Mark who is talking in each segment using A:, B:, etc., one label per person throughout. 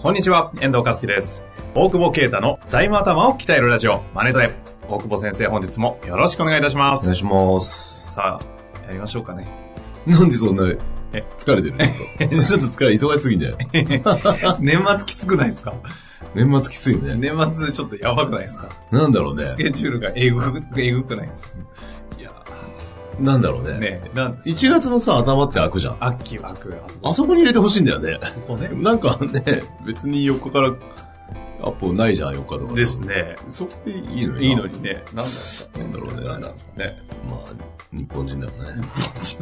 A: こんにちは、遠藤和樹です。大久保啓太の財務頭を鍛えるラジオ、マネトレ。大久保先生、本日もよろしくお願いいたしま
B: お願
A: す。
B: いします。
A: さあ、やりましょうかね。
B: なんでそんな、
A: え
B: 疲れてるの ちょっと疲れ、忙しすぎんじゃない
A: 年末きつくないですか
B: 年末きついよね。
A: 年末ちょっとやばくないですか
B: なんだろうね。
A: スケジュールがえぐく、えぐくないですいや
B: なんだろう
A: ー
B: ね。
A: ねなんです
B: 1月のさ、頭って開くじゃん。
A: 秋はく、あそこ。
B: あそこに入れてほしいんだよね。
A: そこね。
B: なんかね、別に4日からアップないじゃん、4日とか。
A: です。ね。
B: そこでいいのよ。
A: いいの。にね。なんなんですか
B: なんだろうね
A: なんなんですかね。
B: まあ、日本人だよ ね。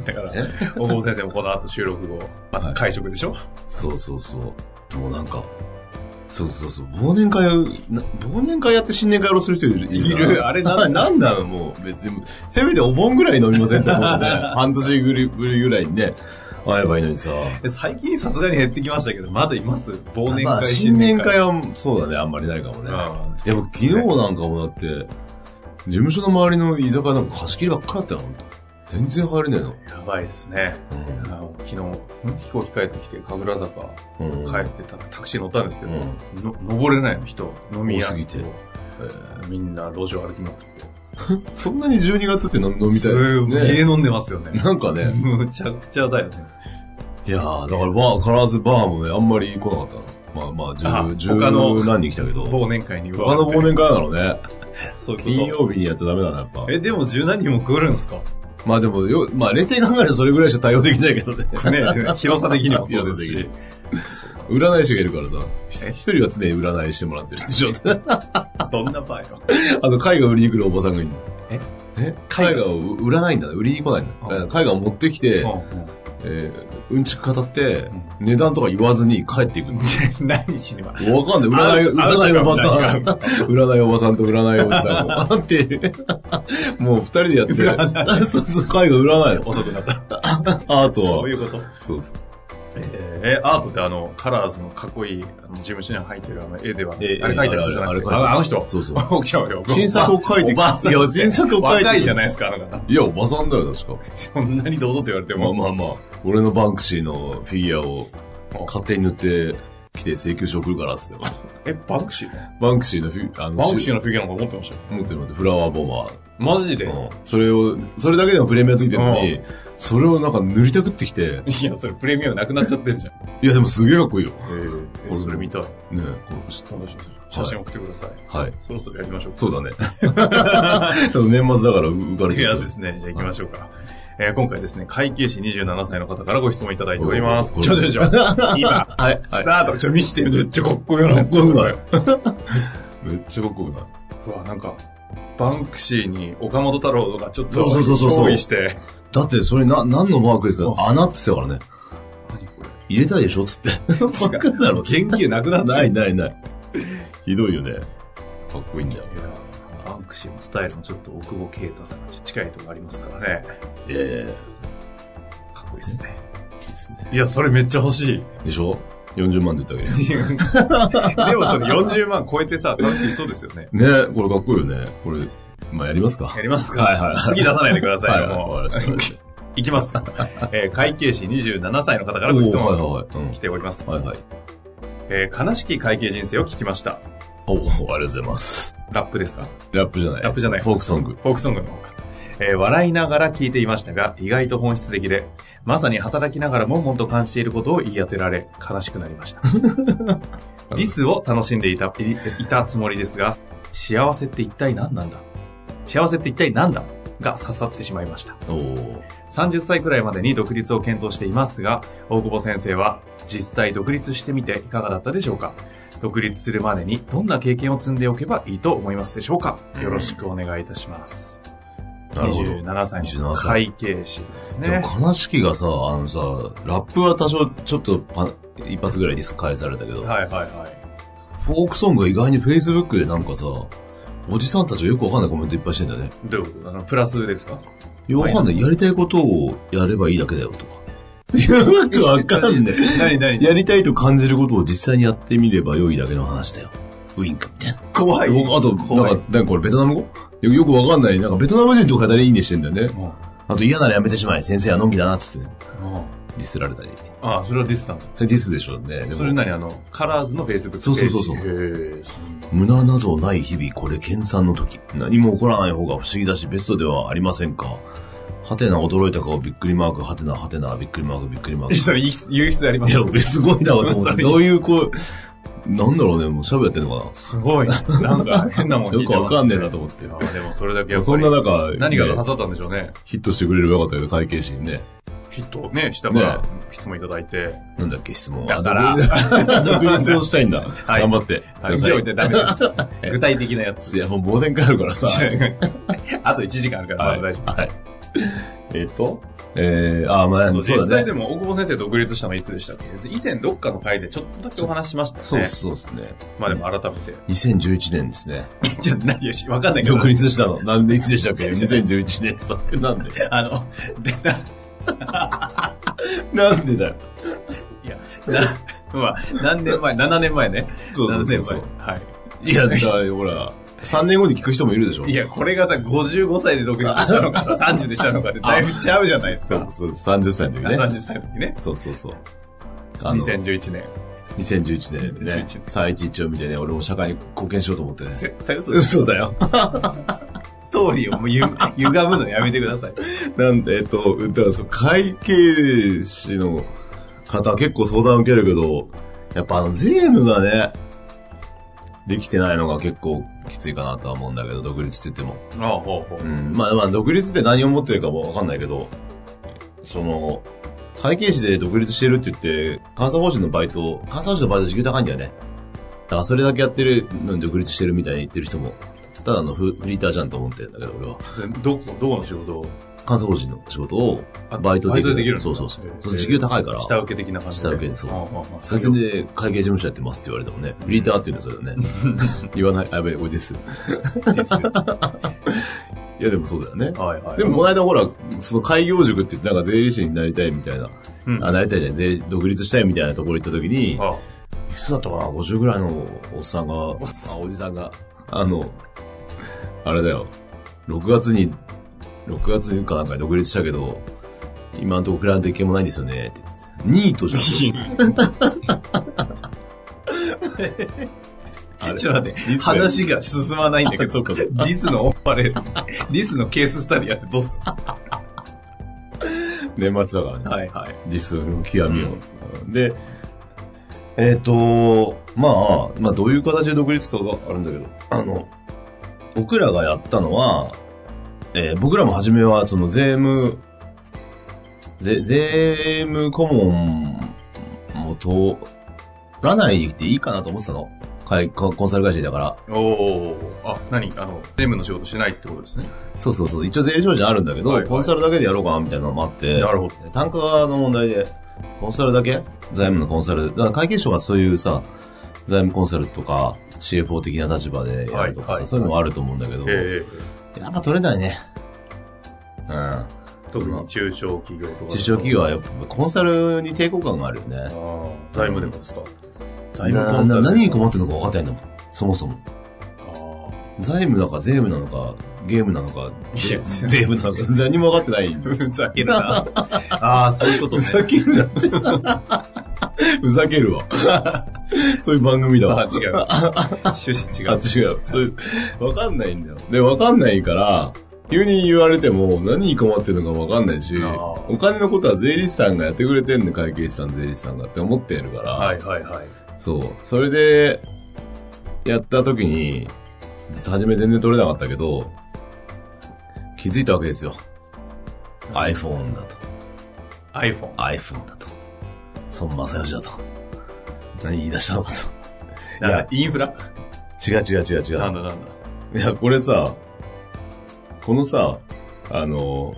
A: だから、
B: え
A: 大久保先生もこの後収録後、また会食でしょ
B: そうそうそう。もうなんか、そうそうそう。忘年会やる、な忘年会やって新年会やろうする人いるじゃん
A: いるあれなんだ
B: なんだろう、もう。別に、せめてお盆ぐらい飲みませんってこと で、半年ぐりぶりぐらいにね、会えばいいのにさ。
A: で最近さすがに減ってきましたけど、まだいます忘年
B: まあ
A: 会、
B: 新年会
A: は。
B: は、そうだね、あんまりないかもね。
A: うん
B: でも昨日なんかもだって、事務所の周りの居酒屋なんか貸し切りばっかりだったよ、ほんと。全然入れねえの。
A: やばいですね。あの昨日、ん飛行機帰ってきて、神楽坂
B: うん。うん。
A: 帰ってた、タクシー乗ったんですけど、
B: うん
A: の登れないの人、飲み屋。
B: 多すぎてえー
A: みんな路上歩きまくって。
B: そんなに12月って飲飲みたい
A: すげえ
B: ね
A: 飲んでますよね。
B: なんかね。
A: むちゃくちゃだよね。
B: いやー、だからバー、必ずバーもね、あんまり来なかったの。まあま
A: あ
B: あ、十、十
A: 他の
B: 何人来たけど。
A: 忘年会に
B: 他の忘年会
A: 会
B: なのね。
A: そういう
B: 金
A: こと。
B: 曜日にやっちゃダメだな、やっぱ。
A: え、でも十何人も来るんですか
B: まあでも、よ、まあ冷静に考えるとそれぐらいしか対応できないけどね。
A: ね、広さ的にもそうです
B: 広
A: し。
B: 占い師がいるからさ。
A: え
B: 一人は常に占いしてもらってるでしょ。
A: どんな場合よ。
B: あと、絵画売りに来るおばさんがいるの。
A: え
B: え絵画を売らないんだね。売りに来ないんだ。
A: う
B: え絵画を持ってきて、
A: う
B: えーうんちく語って
A: ん、
B: 値段とか言わずに帰っていくの。
A: ん 何しには。
B: わかんない。占い、占いおばさ
A: あなた
B: ん
A: が。
B: 占いおばさんと占いおじさん も。なんていう、もう二人でやってる
A: 占。
B: そうそう、最後占いの。
A: 遅くなった。
B: アート
A: そう
B: は。
A: いうこと。
B: そうそう。
A: えー、アートってあの、カラーズのかっこいい、あの事務所に入ってるあの絵では、
B: えー
A: あれ描いた人じゃなくて、
B: あれあれ
A: ああの人、
B: そうそう。
A: 奥ちゃうよ。
B: 新作を書いて
A: おばあさん。
B: いや新作を書いて
A: 若いじゃないですか、あの方。
B: いや、おばさんだよ、確か。
A: そんなに堂々と言われて
B: まあ
A: も。
B: まあまあ、俺のバンクシーのフィギュアを勝手に塗ってきて請求書送るからっつって。
A: え、バンクシー
B: バンクシーのフィギュア、あの、
A: バンクシーのフィギュアなんか持ってましたよ。
B: 持ってる持ってるフラワーボマー。
A: マジで
B: うんそれを、それだけでもプレミアついてるの
A: う
B: に、それをなんか塗りたくってきて、
A: いや、それプレミアムなくなっちゃってんじゃん。
B: いやでもすげえかっこいいよ。
A: えそれ見たい。
B: ねこうした
A: 楽しみです写真送ってください。
B: はい。
A: そろそろやりましょうか。
B: そうだね。 ちょっと年末だから浮かれ
A: い
B: てる
A: やですね、じゃあ行きましょうか。えー今回ですね、会計士27歳の方からご質問いただいております。
B: お
A: ちょちょ ちょ、今、
B: はい。
A: スタ
B: はい。
A: ート、ちょ、見してめっちゃかっこよなんですけど
B: かっこよめっちゃかっこよくない。
A: うわ、なんか、バンクシーに岡本太郎とかちょっと、
B: そうそうそうそう
A: 憑依して、
B: だってそれな、何のマークですか穴って言ってたからね。
A: 何こ
B: 入れたいでしょつ って。
A: れ。
B: バカだろ
A: 原型なくなっちゃう。
B: ない
A: いや
B: ないない。ひどいよね。かっこいいんだよ。
A: ーバンクシーのスタイルもちょっと奥久保啓太さんに近いところありますからね。
B: え
A: かっこいいですね。いや、それめっちゃ欲 しい。
B: えでしょ ?40 万で言ってあげ
A: でもそれ40万超えてさ、楽しいそうですよね。
B: る。ねこれかっこいいよね。これ、まあやりますか。
A: やりますか
B: はいはい。
A: 次出さないでくださいよ
B: はいはい
A: もう
B: わかりました
A: いき ます。えー会計士27歳の方から
B: お
A: ご
B: ー
A: 質
B: はい
A: 問
B: はいはい。うん
A: 来ております。
B: はいはい。
A: えー悲しき会計人生を聞きました。
B: おーありがとうございます。
A: ラップですか
B: ラップじゃない。
A: ラップじゃない
B: フォークソング。
A: フォークソングの方か。えー笑いながら聞いていましたが、意外と本質的で、まさに働きながらももんと感じていることを言い当てられ、悲しくなり ました。ディスを楽しんでいた、いいたつもりですが、幸せって一体何なんだ幸せって一体何だが刺さってしまいました。
B: おー
A: 30歳くらいまでに独立を検討していますが、大久保先生は実際独立してみていかがだったでしょうか独立するまでにどんな経験を積んでおけばいいと思いますでしょうかよろしくお願いいたします。
B: なるほど
A: 27歳の
B: 27歳
A: 会計士です
B: で
A: ね
B: も、。悲しきがさ、あのさ、ラップは多少、ちょっとパ、一発ぐらいディスク返されたけど、
A: はいはいはい。
B: フォークソングは意外に Facebook でなんかさ、おじさんたちがよくわかんないコメントいっぱいしてんだよね。
A: どういうことあの、プラスですか
B: よくわかんない。やりたいことをやればいいだけだよとか。いや、わけわかんない。
A: 何何
B: やりたいと感じることを実際にやってみれば良いだけの話だよ。ウインクみたいな。
A: 怖い。
B: あと、
A: 怖い
B: なんか、なんかこれベトナム語よよくわかんない。なんかベトナム人とか誰いいねしてんだよね。
A: も
B: あと嫌ならやめてしまえ。先生はのんきだなっつってね。
A: うも
B: ディスられたり。
A: うああ、それはディスタンス。
B: それディスでしょうね。でも
A: それなりあの、カラーズの Facebook ページ。
B: そうそうそうそう
A: へーそんな
B: 無駄などない日々、これ、研鑽の時。何も起こらない方が不思議だし、ベストではありませんか。はてな、驚いた顔、びっくりマーク、はてな、はてな、びっくりマーク、びっくりマー
A: えそ れ言い言う必要ありま
B: ク。い
A: す
B: や、俺すごいな、俺と 思って。どういう、こう、なんだろうね、もうシャブやってんのか
A: すごい。なんか変なもん聞
B: な。よ
A: い
B: く
A: て
B: わかんねえな
A: と
B: と思って。
A: ああ、でもそれだけやっぱり
B: そんな中、
A: 何が
B: ね
A: 刺さったんでしょうね。
B: ヒットしてくれればよかったけど、会計士にね。
A: ヒットね、したから
B: ね
A: 質問いただいて。
B: なんだっけ、質問
A: だから
B: ら独立をしたいんだ。
A: い
B: 頑張って。
A: 以上言ってダメです。具体的なや
B: い
A: つ。
B: や、もう忘年会あるからさ。
A: あと1時間あるから、まだ大丈夫。
B: はい。えっと、えー、あー、まあ、
A: そう
B: そう
A: 実
B: だ
A: 際
B: ね
A: で。も大久保先生独立したのはいつでしたっけ以前どっかの回でちょっとだけお話ししましたよね。
B: そうそうですね。
A: まあでも改 めて。
B: 2011年ですね。
A: じゃあ何よし、わかんないけど
B: 独。立したの。なんでいつでしたっけ ?2011 年さ。なんで
A: あの、でな
B: なんでだよ。
A: いや、な、まあ、何年前 ?7 年前ね。
B: そうそうそう
A: 7
B: そう
A: 年前。はい
B: や、だからほら、3年後に聞く人もいるでしょ
A: い。いや、これがさ、55歳で独立したのかさ、30でしたのかってだいぶ違うじゃないです
B: そう
A: か。
B: そう、30歳の時ね。
A: 30歳の時ね。
B: そうそうそう。あの
A: 2011年。
B: 2011年ね
A: 2011、
B: 311を見てね、俺も社会に貢献しようと思ってね。
A: 絶対嘘です。
B: 嘘だよ。
A: ストーリーをもう ゆ歪むのやめてください。
B: なんで、えっと、だからそう、会計士の方結構相談受けるけど、やっぱあの、税務がね、できてないのが結構きついかなとは思うんだけど、独立って言っても。
A: ああ、ほうほう
B: う。ん。まあまあ、独立って何を持ってるかもわかんないけど、その、会計士で独立してるって言って、監査法人のバイト、監査法人のバイト時給高いんだよね。だからそれだけやってるのに独立してるみたいに言ってる人も、ただのフフリーターじゃんと思ってるんだけど、俺は。
A: どこ、どこの仕事を
B: 監査法人の仕事を
A: あ
B: バイトできる。
A: できるんです
B: そ
A: か
B: うそうそう
A: へ。え
B: その時給高いから。
A: 下請け的な感じで。
B: 下請けそう
A: ああああああ
B: 最近で会計事務所やってますって言われたもんね。フリーターって言うんですよね。 言わない。あ、やべえ、おいです。い
A: ですですは
B: や、でもそうだよね。
A: いはい。
B: でも、この間ほら、その開業塾って言ってなんか税理士になりたいみたいな。
A: うん
B: あ、なりたいじゃん。税、独立したいみたいなところ行った時に、
A: あ
B: いくつだったかな ?50 ぐらいのおっさんが、あ、おじさんが、あの、あれだよ。6月に、6月かなんかに独立したけど、今のところクライアント一件もないんですよね。って言ってニートじゃん。あれ
A: ちょっと待っ
B: ディスだ
A: て、
B: よ
A: 話が進まないんだけ
B: そ
A: ど、
B: うか
A: デ
B: そう
A: ィスのオファレ、ディスのケーススタディやってどうするんですか
B: 年末だからね。
A: はいはい。
B: ディスの極みを。で、えっ、と、まあ、まあ、どういう形で独立かがあるんだけど、あの、僕らがやったのは、えー僕らも初めは、その税務、ぜ税務顧問も通らないでいいかなと思ってたの。会コンサル会社だから。
A: おおあ、何あの、全部の仕事しないってことですね。
B: そうそうそう。一応税理士法人あるんだけど、
A: はいはい
B: コンサルだけでやろうかなみたいなのもあって。
A: なるほど。
B: 単価の問題で、コンサルだけ財務のコンサル。だから会計士がそういうさ、財務コンサルとか CFO 的な立場でやるとかさ、
A: はいはい
B: そういうのもあると思うんだけど、
A: え
B: やっぱ取れないね。うん。
A: え、特に中小企業とか。
B: 中小企業はやっぱコンサルに抵抗感があるよね。
A: ああ財務でもですか財務コ
B: な
A: ンサ
B: な
A: ル。
B: 何に困ってるのか分かってないんだもん。そもそも。
A: あ
B: 財務なのか税務なのか、ゲームなのか、
A: いや
B: 税務なのか、何も分かってないんだ
A: あ。ふざけるな。 ああ、そういうこと
B: ふ
A: ね。
B: ざけるなって。ふざけるわ。 そういう番組だ
A: さあ
B: わ。
A: 違う。趣旨違
B: あ、
A: う。
B: 違う。それ、わかんないんだよ。で、わかんないから、急に言われても何に困ってるのかわかんないし
A: あー、
B: お金のことは税理士さんがやってくれてんの、会計士さん、税理士さんがって思ってるから、
A: はいはいはい。
B: そう。それで、やった時に、初め全然取れなかったけど、気づいたわけですよ。iPhone だと。
A: iPhone。
B: iPhone だと。孫正義だと。何言い出したのかと。
A: なんだインフラ
B: 違う違う違う違う。
A: なんだなんだ。
B: いや、これさ、このさ、あの、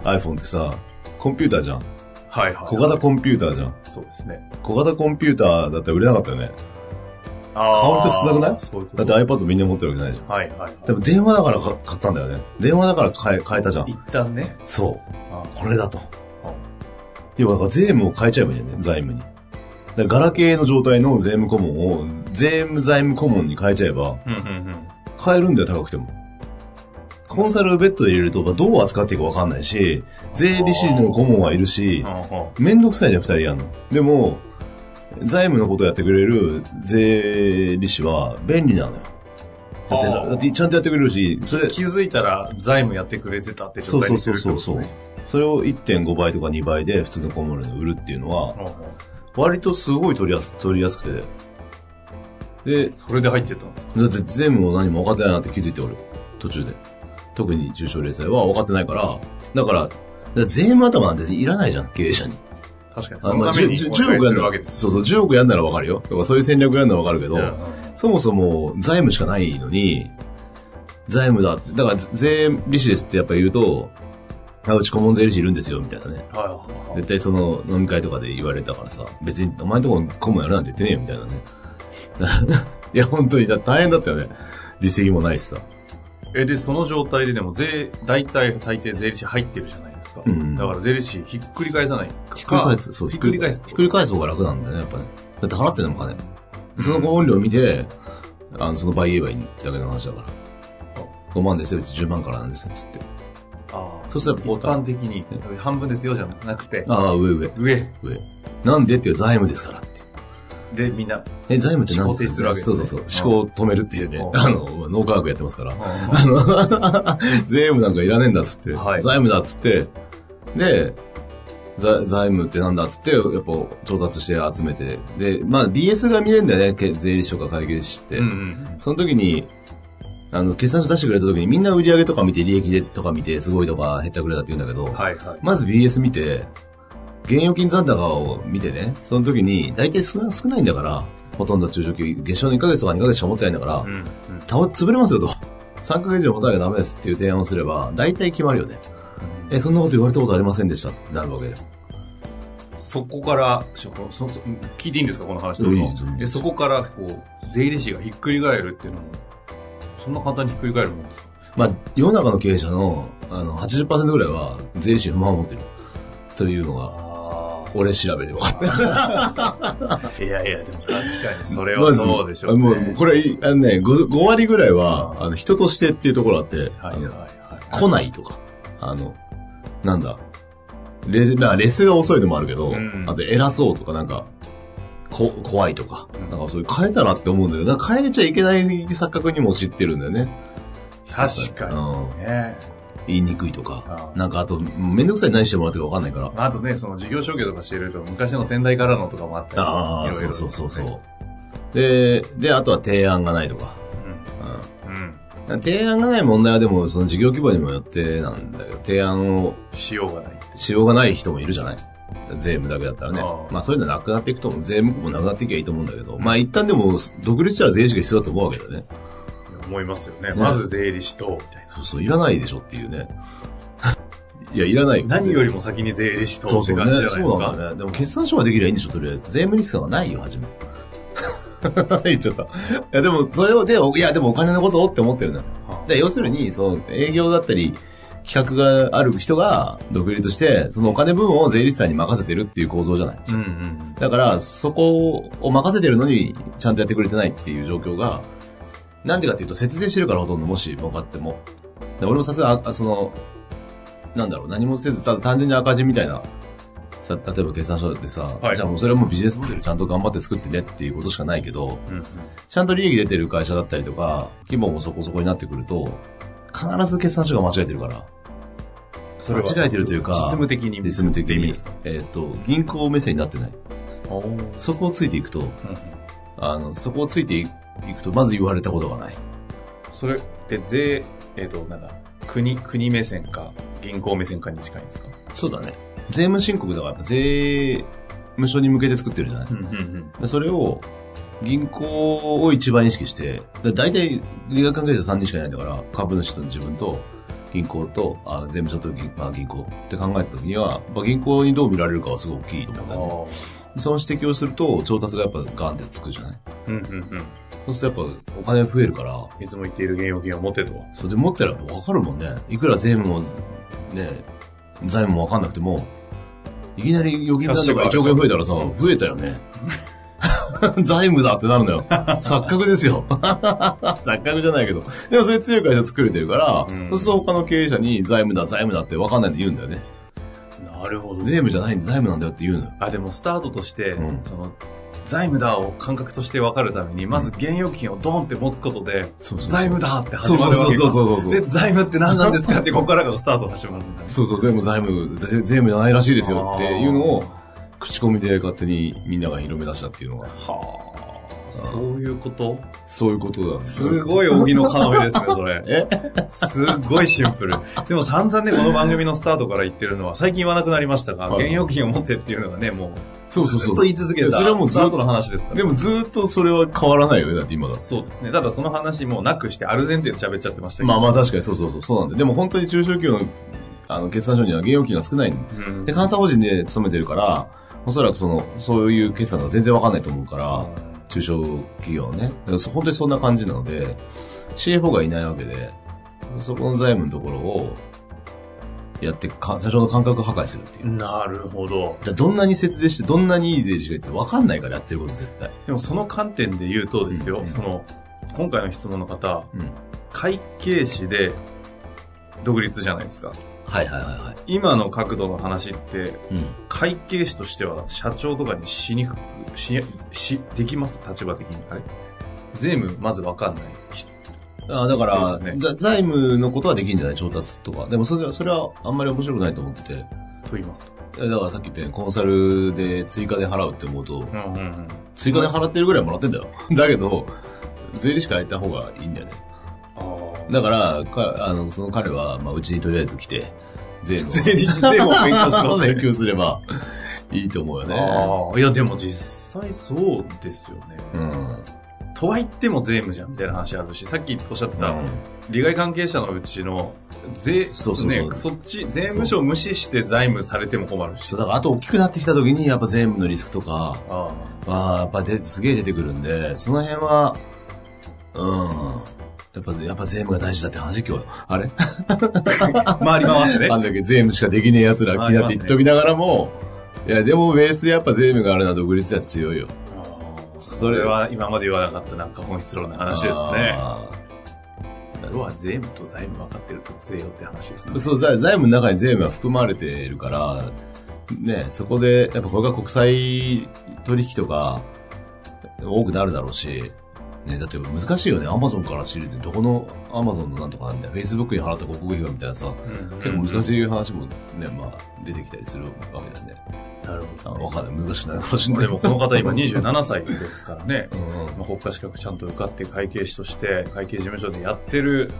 B: iPhone ってさ、コンピューターじゃん。
A: はいはい。
B: 小型コンピューターじゃん。
A: そうですね。
B: 小型コンピューターだったら売れなかったよね。
A: あ
B: カウント少なくない
A: そういうこ
B: だ
A: と。
B: って iPad みんな持ってるわけないじゃん。
A: はいはいはい。
B: でも電話だからか買ったんだよね。電話だから変え、変えたじゃん。
A: 一旦ね。
B: そう。
A: あ
B: これだと
A: あ。
B: 要は、だから税務を変えちゃえばいいんだよね、財務に。だからガラケーの状態の税務顧問を、税務財務顧問に変えちゃえば、
A: うんうん
B: 変えるんだよ、高くても。コンサルをベッドで入れると、どう扱っていいかわかんないし、税理士の顧問はいるし
A: うん。、あ
B: めんどくさいじゃん、二人やんの。でも、財務のことをやってくれる税理士は便利なのよ。だって
A: あ
B: な、
A: ー
B: だってちゃんとやってくれるし、それ、
A: 気づいたら財務やってくれてたって
B: そ
A: 状
B: う
A: 態
B: そう
A: にす
B: そ
A: るっ
B: う
A: て
B: そ
A: こ
B: う
A: と
B: そう
A: ね。。
B: それを1.5倍とか2倍で普通の小物で売るっていうのは、
A: うんうん
B: 割とすごい取りやす取りやすくて。で、
A: それで入ってったんですか
B: だって全部も何も分かってないなって気づいて俺、途中で。特に重症零細は分かってないから、だから、だから税務頭なんていらないじゃん、経営者に。
A: 確かに。
B: あ
A: そのために
B: 10
A: お
B: 10
A: 願い
B: 億
A: す
B: や
A: る
B: んな
A: わけ
B: ら
A: で、す
B: そうそう、10億やんなら分かるよ。とかそういう戦略やんなら分かるけど、
A: よ。うん
B: そもそも財務しかないのに、財務だって、だから税理士ですってやっぱ言うと、あ、うち顧問税理士いるんですよ、みたいなね。
A: はいはいはい
B: 絶対その飲み会とかで言われたからさ、別にお前んとこ顧問やるなんて言ってねえよ、みたいなね。 いや、本当に、だ大変だったよね。実績もないしさ。
A: え、で、その状態ででも税、大体大抵税理士入ってるじゃないですか。
B: うん
A: だから税理士ひっくり返さないか。
B: ひっくり返す、そう、
A: ひっくり返す。
B: ひっくり返す方が楽なんだよね、やっぱね。だって払ってんのも金。その顧問料見て、あの、その場合言えばいいだけの話だから。5万ですよ、うち10万からなんです、つって。
A: ああ
B: そうしたら
A: 一般的に、半分ですよじゃなくて、
B: ああ、上上。
A: 上
B: 上。なんでっていう財務ですからっていう。
A: でみんな、
B: え、財務って何
A: 思
B: ですか
A: 考停止するわけです
B: そ
A: ね
B: うそうそう。思考を止めるっていうね。
A: うん
B: あの、脳科学やってますから。あの、税務なんかいらねえんだっつって、
A: はい
B: 財務だっつって、で、ざ財務ってなんだっつって、やっぱ調達して集めて、で、まあ BS が見れるんだよね、け税理士とか会計士って。
A: うんうん。
B: その時に、あの、決算書出してくれた時にみんな売り上げとか見て、利益でとか見て、すごいとか減ったくれたって言うんだけど、
A: はいはい。
B: まず BS 見て、現預金残高を見てね、その時に、大体少な少ないんだから、ほとんど中小企業、月賞の1ヶ月とか2ヶ月しか持ってないんだから、
A: うんうん。
B: 倒潰れますよと。3ヶ月以上持たなきゃダメですっていう提案をすれば、大体決まるよね。え、そんなこと言われたことありませんでしたってなるわけで。
A: そこから、そこそそ聞いていいんですか、この話
B: いいですよ
A: えそこから、こう、税理士がひっくり返るっていうのも、そんな簡単にひっくり返るもんですか
B: まあ、世の中の経営者の、あの、80%ぐらいは、税理士に不満を持ってる。というのが、
A: あ
B: 俺調べで分かった。
A: あ。いやいや、でも確かにそれ
B: ま
A: は
B: ず
A: そうでしょうね。
B: もう、これ、あのね5、5割ぐらいは、あの、人としてっていうところあって、
A: はいはいはい。
B: 来ないとか、あの、なんだ、レまあレスが遅いのもあるけど、
A: うん
B: あと偉そうとかなんか、こ怖いとか、
A: うん
B: なんかそういう変えたらって思うんだよ。だから変えちゃいけない錯覚にも陥ってるんだよね。
A: 確かに
B: うん。
A: ね。
B: 言いにくいとか
A: あ、あ
B: なんかあと、めんどくさい何してもらってるかわかんないから。
A: あとね、その事業承継とかしてると、昔の先代からのとかもあったり
B: ああ、
A: いろい
B: そ
A: ろ
B: うそうそうそう
A: ね。
B: で、で、あとは提案がないとか。うん
A: うん。うん。
B: 提案がない問題はでも、その事業規模にもよってなんだけど、提案を
A: しようがないって。
B: しようがない人もいるじゃない税務だけだったらね。
A: ああ
B: まあそういうのなくなっていくと思う。税務もなくなっていけばいいと思うんだけど、まあ一旦でも独立したら税理士が必要だと思うわけだよね。
A: 思いますよね。まず税理士と、みたいな。
B: そうそう、いらないでしょっていうね。 いや、いらないよ。
A: 何よ
B: り
A: りも先に税理士
B: そ
A: と
B: う
A: っ
B: そ
A: て
B: うね。
A: 感じじゃないですか。
B: そうなんだよね。でも決算書ができればいいんでしょ、とりあえず。税務リスクがないよ、はじめ。 言っちゃった。いや、でも、それを、で、おいや、でもお金のことをって思ってるのよ。
A: はあ
B: で、要するに、その、営業だったり、企画がある人が独立して、そのお金分を税理士さんに任せてるっていう構造じゃない。
A: うんうん。
B: だから、そこを任せてるのに、ちゃんとやってくれてないっていう状況が、なんでかっていうと、節税してるからほとんど、もし儲かっても。で俺もさすが、あその、なんだろう、何もせず、ただ単純に赤字みたいな、さ、例えば計算書だってさ、
A: はい
B: じゃあもうそれはもうビジネスモデルちゃんと頑張って作ってねっていうことしかないけど、
A: うんうん
B: ちゃんと利益出てる会社だったりとか、規模もそこそこになってくると、必ず決算書が間違えてるから。
A: それは
B: 間違えてるというか
A: 実務的に。
B: 実務的
A: って意味
B: に
A: ですか。
B: えっ、と、銀行目線になってない。
A: おーうん
B: そこをついていくと、
A: うん
B: あの、そこをついていくと、まず言われたことがない。
A: それって税、えっと、なんだ、国、国目線か、銀行目線かに近いんですか
B: そうだね。税務申告だから、税務署に向けて作ってるじゃない、
A: んうんうん。
B: でそれを、銀行を一番意識して、だ大体、理学関係者3人しかいないんだから、株主と自分と、銀行と、あ税務署と銀,、まあ、銀行って考えた時には、まあ、銀行にどう見られるかはすごい大きいと思うんだよね。その指摘をすると、調達がやっぱガンってつくじゃない
A: うんうんうん。
B: そうするとやっぱお金増えるから、
A: いつも言っている現預金を持ってと。
B: それで持ってれば分かるもんね。いくら税務も、ね、財務も分かんなくても、いきなり預金残高1億円増えたらさ、増えたよね。 財務だってなるのよ。錯覚ですよ。 錯覚じゃないけど。でもそれ強い会社作れてるから、
A: うん
B: そうすると他の経営者に財務だ、財務だって分かんないで言うんだよね。
A: なるほど
B: 税務じゃないんで財務なんだよって言うのよ。
A: あ、でもスタートとして、
B: うん
A: その、財務だを感覚として分かるために、まず現預金をドンって持つことで、
B: そう
A: 財務だって始
B: そう
A: まるわけ
B: そう
A: か
B: そうそうそうそ
A: で、
B: う。
A: 財務って何なんですかって、ここからがスタートが始まるんだね。
B: そうそう、でも財務、ぜ税務じゃないらしいですよっていうのを
A: あ、
B: 口コミで勝手にみんなが広め出したっていうのが、
A: はあ、そういうこと
B: そういうことだね。
A: すごい荻野要ですね、それ。
B: え
A: すっごいシンプル。でも散々ね、この番組のスタートから言ってるのは、最近言わなくなりましたが、
B: はい
A: 現預金を持ってっていうのがね、もう、
B: そうそう
A: ず
B: そ
A: っ
B: う
A: と。言い続け
B: い
A: た。
B: やそれはもう
A: ス
B: ず
A: タ
B: っ
A: ー
B: と
A: トの話ですから。
B: でもずっとそれは変わらないよね、だって今だと。
A: そうですね。ただその話もうなくして、アルゼンテンで喋っちゃってましたけど。
B: まあまあ確かにそうそうそう、そうなんで。でも本当に中小企業の、あの、決算書には現預金が少ないん
A: あ、うん
B: で、監査法人で勤めてるから、おそらくその、そういう決算が全然わかんないと思うから、中小企業はね。だからそ本当にそんな感じなので、CFO がいないわけで、そこの財務のところを、やってか、最初の感覚破壊するっていう。
A: なるほど。
B: だからどんなに節税して、どんなにいい税理士がいて、わかんないからやってること絶対。
A: でもその観点で言うとですよ、
B: うん
A: その、今回の質問の方、
B: うん
A: 会計士で独立じゃないですか。
B: はいはいはいはい。
A: 今の角度の話って、
B: うん。
A: 会計士としては社長とかにしにくく、し、し、できます立場的に。あれ税務、まずわかんない。ひ
B: あだから、
A: ですね
B: ざ財務のことはできるんじゃない調達とか。でもそれは、それはあんまり面白くないと思ってて。
A: と言いますと。
B: えだからさっき言ったようにコンサルで追加で払うって思う
A: う
B: と、
A: んうんうん。
B: 追加で払ってるぐらいもらってんだよ。 だけど、税理士から行った方がいいんだよね。
A: あー
B: だから、かあのその彼は、まあ、うちにとりあえず来て、税の。
A: 税理士税も勉強しろって
B: 勉強すればいいと思うよね。
A: あー。いや、でも実際そうですよね。
B: うん。
A: とは言っても税務じゃんみたいな話あるし、さっきおっしゃってた、
B: うん
A: 利害関係者のうちの、税、
B: そうそうそう
A: ね、そっち、税務署を無視して財務されても困るし
B: そう、。だからあと大きくなってきた時に、やっぱ税務のリスクとか、
A: あ
B: まあ、やっぱですげえ出てくるんで、その辺は、うん。やっぱ、やっぱ税務が大事だって話今日、あれ
A: あ。回り回ってね
B: あ。んだけ税務しかできねえ奴ら気になって言っときながらも、いや、でもベースでやっぱ税務があるのは独立は強いよ。
A: それは今まで言わなかったなんか本質論の話ですね。
B: あ
A: 要は税務と財務分かってると強いよって話です
B: ー
A: ね。
B: そう、財財務の中に税務は含まれているから、ね、そこで、やっぱこれが国際取引とか、多くなるだろうし、ね、だって難しいよね。アマゾンから仕入れて、どこのアマゾンのなんとかなんだよ。Facebook に払った広告費がみたいなさ、結構難
A: い。
B: しい話もね、まあ、出てきたりするわけだね。
A: なる
B: あ
A: ほど。
B: わかんない。難しくないかもしれない。
A: でもこの方今27歳ですからね
B: う。んうん
A: まあ、国家資格ちゃんと受かって会計士として会計事務所でやってる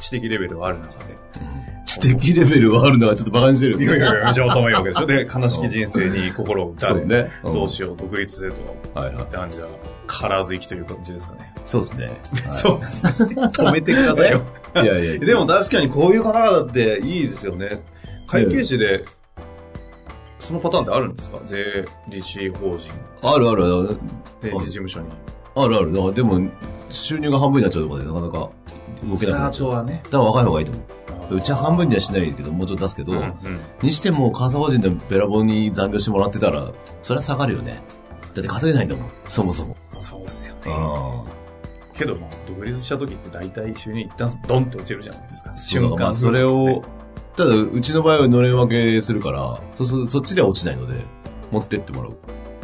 A: 知的レベルはある中で。
B: 知的レベルはあるのはちょっとバカにしてる
A: いやい
B: ね。
A: やいや、情ともいいわけでしょ。で、悲しき人生に心を打た
B: そう
A: れ、
B: ね。ん
A: どうしよう、独立でとか、
B: はいはい。
A: なんじゃ、変わらず生きという感じですかね。
B: そうですね。
A: そうですね。止めてください よ。
B: はい。いやいやいや。
A: でも確かにこういう方々っていいですよね。会計士で、そのパターンってあるんですか税理士法人、
B: あるあるある。
A: 税理士事務所に。
B: あるある。だからでも、収入が半分になっちゃうとかでなかなか動けなくなっちゃう。
A: はね。
B: だから若い方がいいと思う。うちは半分にはしないけど、もうちょっと出すけど、
A: うんうん
B: にしても、監査法人でべらぼうに残業してもらってたら、それは下がるよね。だって稼げないんだもん、そもそも。
A: そうっすよね。
B: あ
A: けど、まあ、独立した時って大体収入一旦ドンって落ちるじゃないですか。
B: あ。
A: 瞬
B: ま
A: 間。
B: あそれ
A: ね
B: を、、ただ、うちの場合はのれん分けするから、そうそうそっちでは落ちないので、持ってってもらう。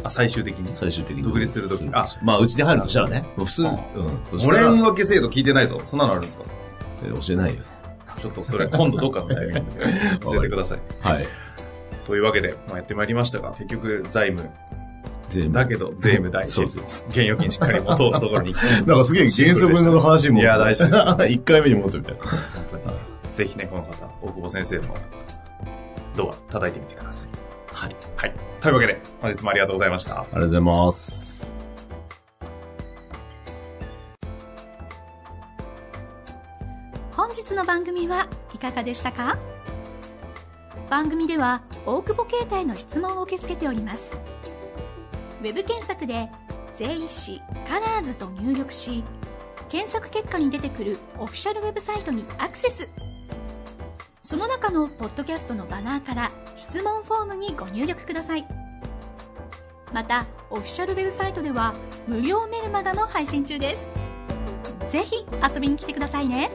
A: あ最終的に。
B: 最終的に。
A: 独立するとき
B: あ、まあ、うちで入るとしたらね。もう普通、
A: う
B: うんん。とし
A: の
B: たら
A: れん分け制度聞いてないぞ。そんなのあるんですか
B: え教えないよ。
A: ちょっとそれ今度どっかのタイミングで教えてください。
B: はい。
A: というわけで、まあ、やってまいりましたが、結局財務、
B: 税務
A: だけど税務大事。
B: そうそうそ
A: 現預金しっかり持とうところに行き
B: う。 なんかすげえ原則の話も。
A: いや大事
B: 一回目に戻ってみたいな。
A: 本当に。ぜひね、この方、大久保先生のドア叩いてみてください。
B: はい。
A: は
B: あり
A: い。というわけで、本日もありがとうございました。
B: がとうございます。
C: 本日の番組はいいかがでしたか番組では大久保携帯の質問を受け付けておりますウェブ検索で「税理士カラーズと入力し検索結果に出てくるオフィシャルウェブサイトにアクセスその中のポッドキャストのバナーから質問フォームにご入力くださいまたオフィシャルウェブサイトでは無料メルマガも配信中ですぜひ遊びに来てくださいね